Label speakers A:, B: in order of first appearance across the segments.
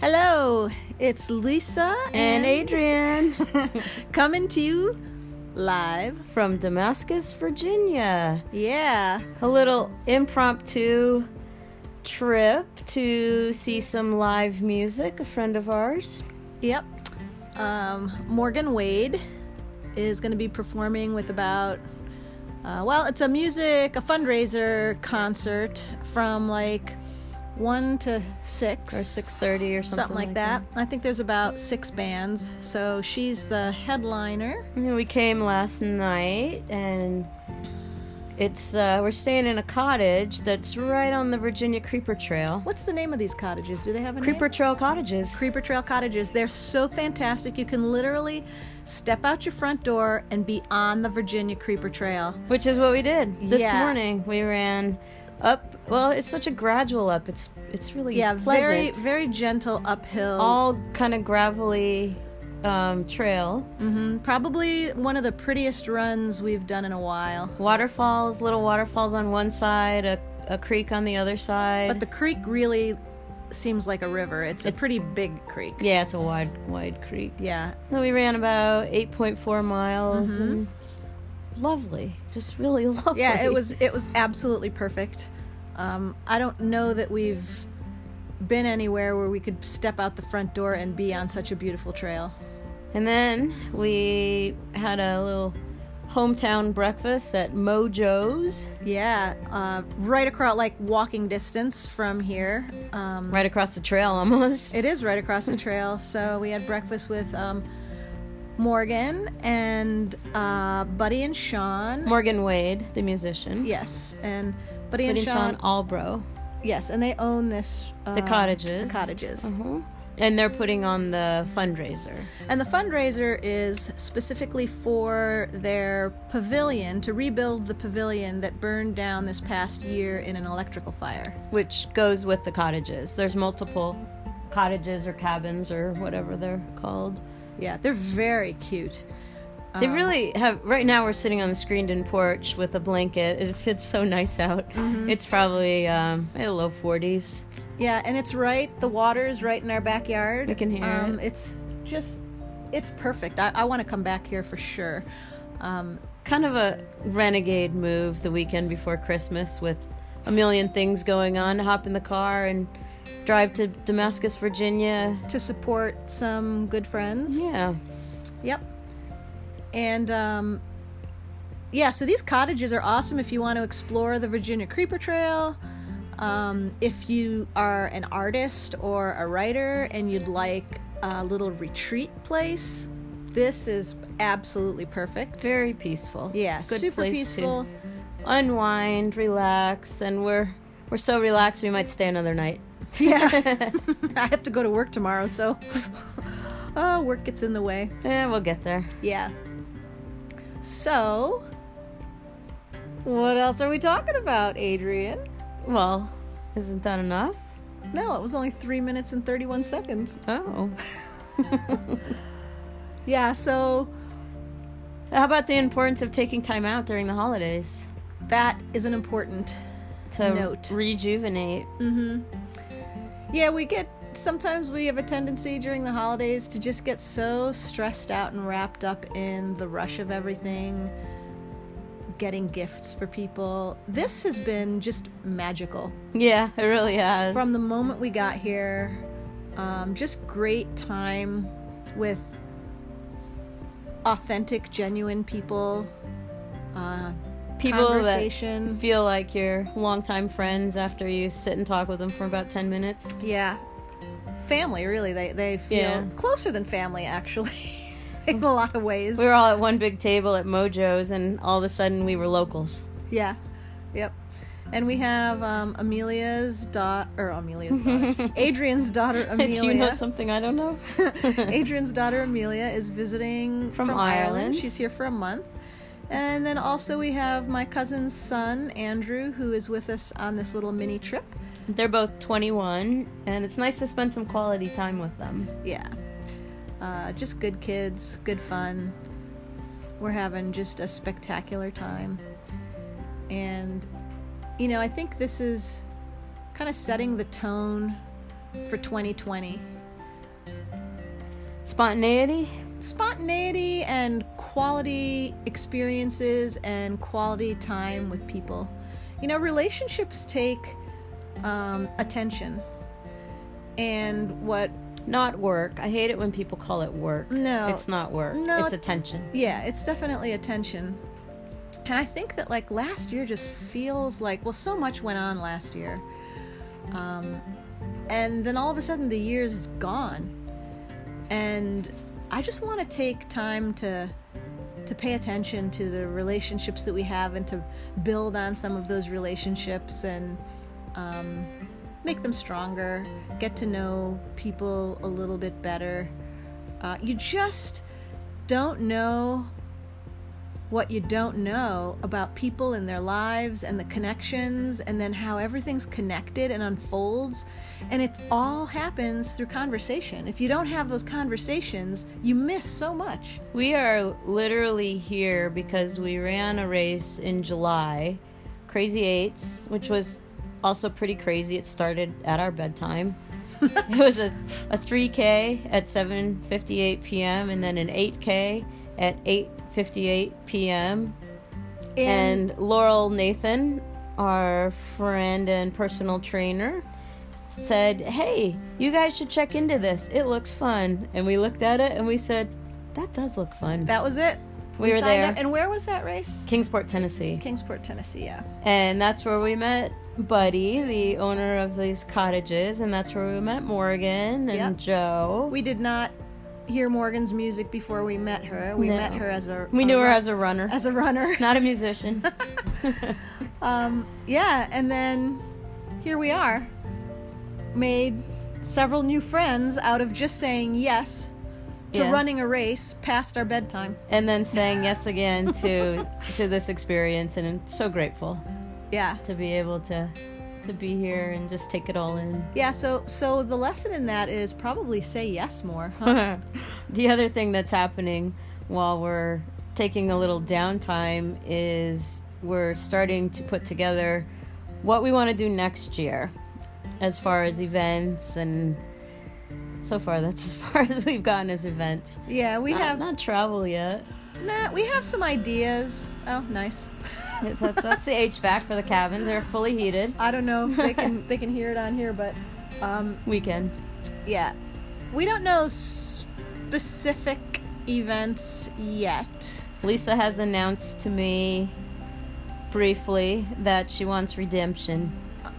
A: Hello, it's Lisa
B: and Adrian
A: coming to you live.
B: from Damascus, Virginia.
A: Yeah,
B: A little impromptu trip to see some live music, a friend of ours.
A: yep. Um, Morgan Wade is going to be performing with about, uh, well, it's a music, a fundraiser concert from like 1 to 6
B: Or 6:30 or something,
A: Something like that. I think there's about six bands, so she's the headliner.
B: that. We came last night and it's uh, we're staying in a cottage that's right on the Virginia Creeper Trail.
A: What's the name of these cottages? Do they have a name?
B: Creeper Trail cottages.
A: Creeper Trail cottages. They're so fantastic. You can literally step out your front door and be on the Virginia Creeper Trail.
B: Which is what we did this
A: Yeah.
B: morning. We ran up. Well, it's such a gradual up. It's it's really
A: Yeah, very
B: pleasant.
A: very gentle uphill.
B: all kind of gravelly um, trail,
A: Probably one of the prettiest runs we've done in a while.
B: waterfalls, little waterfalls on one side, a, a creek on the other side.
A: But the creek really seems like a river. It's a pretty big creek.
B: yeah, it's a wide wide creek.
A: Yeah.
B: So we ran about 8.4 miles. And lovely, just really lovely.
A: Mm-hmm. Yeah, it was it was absolutely perfect. Um, I don't know that we've been anywhere where we could step out the front door and be on such a beautiful trail.
B: And then we had a little hometown breakfast at Mojo's,
A: Yeah, uh, right across, like walking distance from here. Um,
B: right across the trail almost.
A: it is right across the trail. So we had breakfast with um, Morgan and uh, Buddy and Sean.
B: Morgan Wade, the musician.
A: yes, and Buddy,
B: Wade
A: and
B: and
A: Sean,
B: Sean Albro.
A: Yes, and they own this. Uh,
B: The cottages.
A: The cottages. Mm-hmm.
B: Mhm. And they're putting on the fundraiser.
A: And the fundraiser is specifically for their pavilion to rebuild the pavilion that burned down this past year in an electrical fire.
B: which goes with the cottages. There's multiple cottages or cabins or whatever they're called.
A: Yeah, they're very cute.
B: They really have. Right now, we're sitting on the screened-in porch with a blanket. It fits so nice out. It's probably um, in the low 40s.
A: Yeah, and it's right. The water is right in our backyard.
B: We can hear
A: um, It's just, it's perfect. I, I want to come back here for sure. Um,
B: Kind of a renegade move the weekend before Christmas with a million things going on. Hop in the car and drive to Damascus, Virginia.
A: to support some good friends.
B: Yeah,
A: Yep. And um, yeah, so these cottages are awesome if you want to explore the Virginia Creeper Trail. Um, if you are an artist or a writer and you'd like a little retreat place, this is absolutely perfect.
B: very peaceful.
A: Yeah,
B: good
A: super
B: place
A: peaceful.
B: to unwind, relax, and we're we're so relaxed we might stay another night.
A: Yeah. I have to go to work tomorrow, so oh, work gets in the way.
B: Yeah, we'll get there.
A: Yeah. So, what else are we talking about, Adrian?
B: Well, isn't that enough?
A: No, it was only 3 minutes and 31 seconds.
B: Oh.
A: Yeah, so
B: How about the importance of taking time out during the holidays
A: that is an important.
B: to
A: Note.
B: rejuvenate?
A: Yeah, we get sometimes we have a tendency during the holidays to just get so stressed out and wrapped up in the rush of everything, getting gifts for people. This has been just magical.
B: Yeah, it really has.
A: from the moment we got here um, just great time with authentic genuine people uh,
B: people that
A: conversation
B: feel like you're longtime friends after you sit and talk with them for about 10 minutes.
A: yeah family really they, they feel
B: Yeah.
A: closer than family actually in a lot of ways
B: We were all at one big table at Mojo's, and all of a sudden we were locals.
A: yeah yep and we have um, Amelia's daughter, or Amelia's daughter, Adrian's daughter
B: Did
A: Amelia.
B: you know something I don't know?
A: Adrian's daughter Amelia is visiting
B: From Ireland.
A: She's here for a month. And then also we have my cousin's son Andrew who is with us on this little mini trip.
B: They're both 21, and it's nice to spend some quality time with them.
A: Yeah. Uh, just good kids, good fun. We're having just a spectacular time. And you know, I think this is kind of setting the tone for 2020.
B: Spontaneity?
A: spontaneity and quality experiences and quality time with people. You know, relationships take um, attention. And what,
B: Not work. I hate it when people call it work.
A: No.
B: It's not work.
A: No,
B: It's
A: it-
B: attention.
A: yeah, it's definitely attention. And I think that like last year just feels like, well, so much went on last year. Um, and then all of a sudden the year's gone. And I just want to take time to to pay attention to the relationships that we have and to build on some of those relationships and um, make them stronger, get to know people a little bit better. Uh, you just don't know what you don't know about people and their lives and the connections and then how everything's connected and unfolds and it all happens through conversation if you don't have those conversations you miss so much
B: We are literally here because we ran a race in July, Crazy Eights, which was also pretty crazy. It started at our bedtime. it was a, a 3K at 7:58 p.m. and then an 8K at 8:58 p.m.
A: In-
B: And Laurel Nathan, our friend and personal trainer, said, Hey, you guys should check into this. It looks fun. And we looked at it and we said, That does look fun.
A: that was it
B: We were
A: signed
B: there.
A: up. and where was that race
B: Kingsport, Tennessee.
A: kingsport tennessee yeah
B: And that's where we met Buddy, the owner of these cottages. And that's where we met Morgan and
A: Yep.
B: Joe. We,
A: we did not hear morgan's music before we met her we
B: No.
A: met her as a
B: knew her
A: run-
B: as a runner,
A: as a runner
B: not a musician.
A: Um, yeah, and then here we are. Made several new friends out of just saying yes to
B: Yeah.
A: running a race past our bedtime.
B: and then saying yes again to to this experience. And I'm so grateful.
A: Yeah.
B: to be able to to be here and just take it all in.
A: Yeah, so so the lesson in that is probably say yes more. Huh?
B: the other thing that's happening while we're taking a little downtime is we're starting to put together what we want to do next year as far as events and so far that's as far as we've gotten as events.
A: Yeah, we
B: Not-
A: have
B: not travel yet.
A: nah, we have some ideas. Oh, nice.
B: It's- that's, that's the HVAC for the cabins. They're fully heated.
A: I don't know if they can they can hear it on here, but um
B: Weekend.
A: yeah. We don't know specific events yet.
B: Lisa has announced to me briefly that she wants redemption.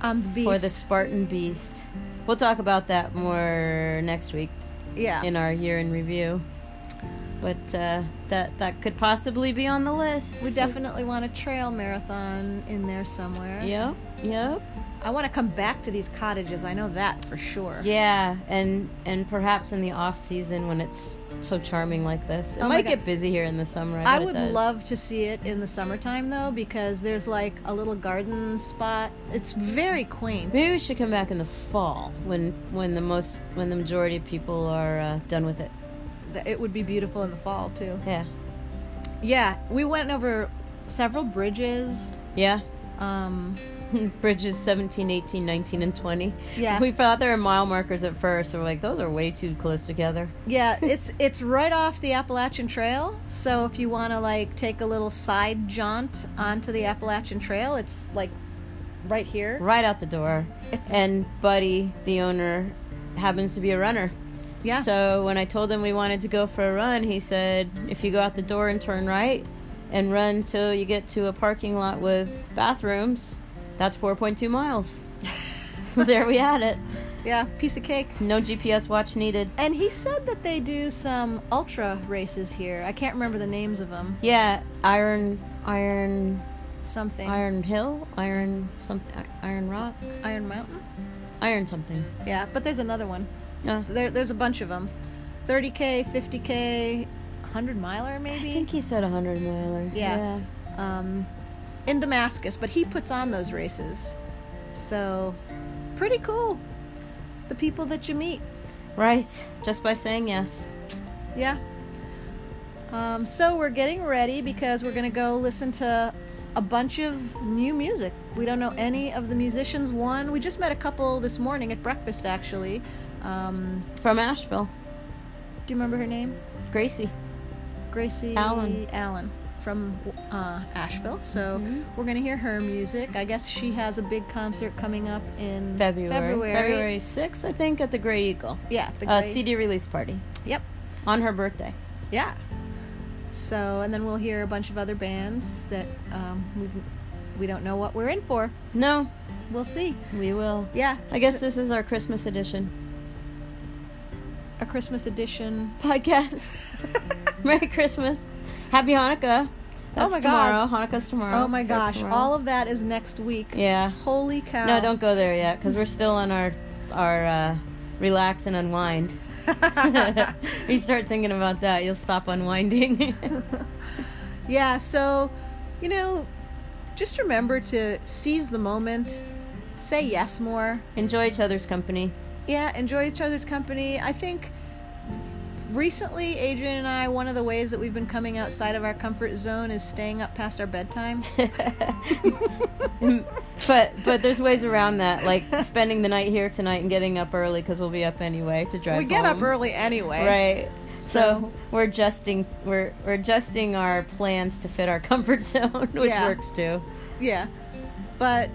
A: Um beast.
B: for the Spartan Beast. We'll talk about that more next week
A: yeah.
B: in our year in review. But uh, that that could possibly be on the list.
A: We definitely want a trail marathon in there somewhere.
B: Yep. Yep.
A: I want to come back to these cottages. I know that for sure.
B: Yeah, and and perhaps in the off season when it's so charming like this, it
A: Oh my
B: might
A: God.
B: get busy here in the summer.
A: I
B: bet it
A: would
B: does.
A: love to see it in the summertime though, because there's like a little garden spot. It's very quaint.
B: Maybe we should come back in the fall when when the most when the majority of people are uh, done with it.
A: Th- It would be beautiful in the fall too.
B: Yeah.
A: Yeah, we went over several bridges.
B: Yeah.
A: Um,
B: Bridges 17, 18, 19, and 20.
A: Yeah.
B: We thought they were mile markers at first. So we're like, those are way too close together.
A: yeah, it's it's right off the Appalachian Trail. So if you want to like take a little side jaunt onto the Appalachian Trail, it's like right here.
B: Right out the door.
A: It's-
B: And Buddy, the owner, happens to be a runner.
A: Yeah.
B: So when I told him we wanted to go for a run, he said, if you go out the door and turn right and run till you get to a parking lot with bathrooms, that's 4.2 miles. so there we had it.
A: Yeah, piece of cake.
B: No GPS watch needed.
A: And he said that they do some ultra races here. I can't remember the names of them.
B: Yeah, Iron, Iron
A: Something.
B: Iron Hill, Iron something, Iron Rock,
A: Iron Mountain?
B: Iron something.
A: Yeah, but there's another one.
B: Uh,
A: There, there's a bunch of them 30K, 50K, 100 miler
B: I
A: maybe?
B: think he said a hundred miler.
A: Yeah. um, in Damascus, but he puts on those races. So, pretty cool. The people that you meet.
B: Right. Just by saying yes.
A: Yeah. Um, so we're getting ready because we're going to go listen to a bunch of new music. We don't know any of the musicians. One, we just met a couple this morning at breakfast, actually. Um,
B: From Asheville.
A: Do you remember her name?
B: Gracie.
A: Gracie
B: Allen.
A: Allen from uh, Asheville. So
B: Mm-hmm.
A: we're gonna hear her music. I guess she has a big concert coming up in
B: February.
A: February.
B: February 6th, I think, at the Grey Eagle.
A: Yeah. The
B: Uh,
A: great-
B: CD release party
A: Yep.
B: on her birthday.
A: Yeah. So and then we'll hear a bunch of other bands that um, we've, we don't know what we're in for.
B: No,
A: We'll see.
B: we will.
A: Yeah.
B: I guess
A: so-
B: this is our Christmas edition
A: a Christmas edition.
B: podcast. Merry Christmas. Happy Hanukkah. That's
A: Oh my God.
B: tomorrow. Hanukkah's tomorrow.
A: Oh my gosh! All of that is next week.
B: Yeah.
A: Holy cow!
B: No, don't go there yet because we're still on our our uh, relax and unwind. you start thinking about that, you'll stop unwinding.
A: Yeah, so, you know, just remember to seize the moment, say yes more.
B: Enjoy each other's company.
A: Yeah, enjoy each other's company. I think recently, Adrian and I, one of the ways that we've been coming outside of our comfort zone is staying up past our bedtime.
B: But but there's ways around that, like spending the night here tonight and getting up early because we'll be up anyway to drive.
A: we get up
B: home.
A: early anyway.
B: right?
A: So-
B: So we're adjusting we're we're adjusting our plans to fit our comfort zone, which
A: Yeah.
B: works too.
A: Yeah. But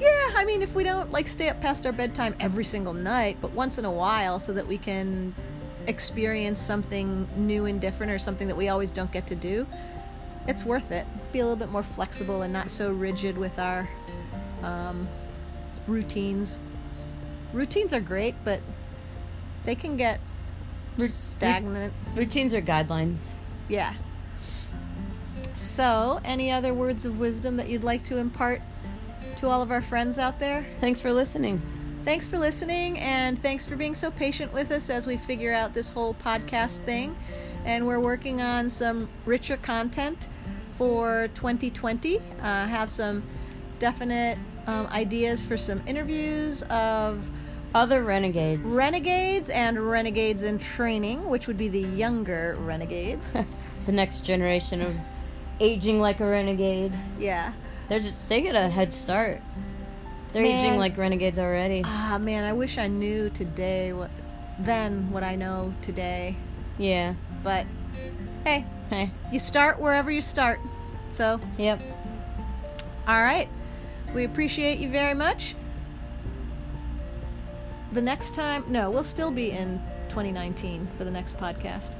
A: yeah, I mean, if we don't like stay up past our bedtime every single night, but once in a while so that we can experience something new and different or something that we always don't get to do, it's worth it. Be a little bit more flexible and not so rigid with our um, routines. Routines are great, but they can get
B: Ru-
A: stagnant.
B: Routines are guidelines.
A: Yeah. So, any other words of wisdom that you'd like to impart to all of our friends out there?
B: Thanks for listening.
A: Thanks for listening, and thanks for being so patient with us as we figure out this whole podcast thing. And we're working on some richer content for 2020. Uh, have some definite um, ideas for some interviews of
B: Other renegades.
A: renegades and renegades in training, which would be the younger renegades.
B: the next generation of aging like a renegade.
A: yeah.
B: They're just they get a head start. They're
A: Man.
B: aging like renegades already.
A: Ah, man, I wish I knew today what then what I know today.
B: Yeah.
A: But hey,
B: Hey.
A: you start wherever you start. So,
B: Yep.
A: all right. We appreciate you very much. The next time, no, we'll still be in 2019 for the next podcast.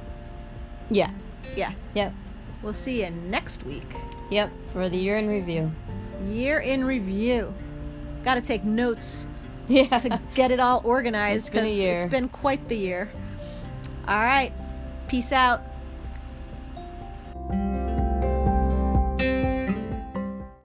B: Yeah.
A: Yeah.
B: Yep.
A: We'll see you next week.
B: Yep. For the year in review.
A: Year in review. Got to take notes.
B: Yeah.
A: to get it all organized
B: It's been a
A: because
B: year.
A: it's been quite the year. All right. Peace out.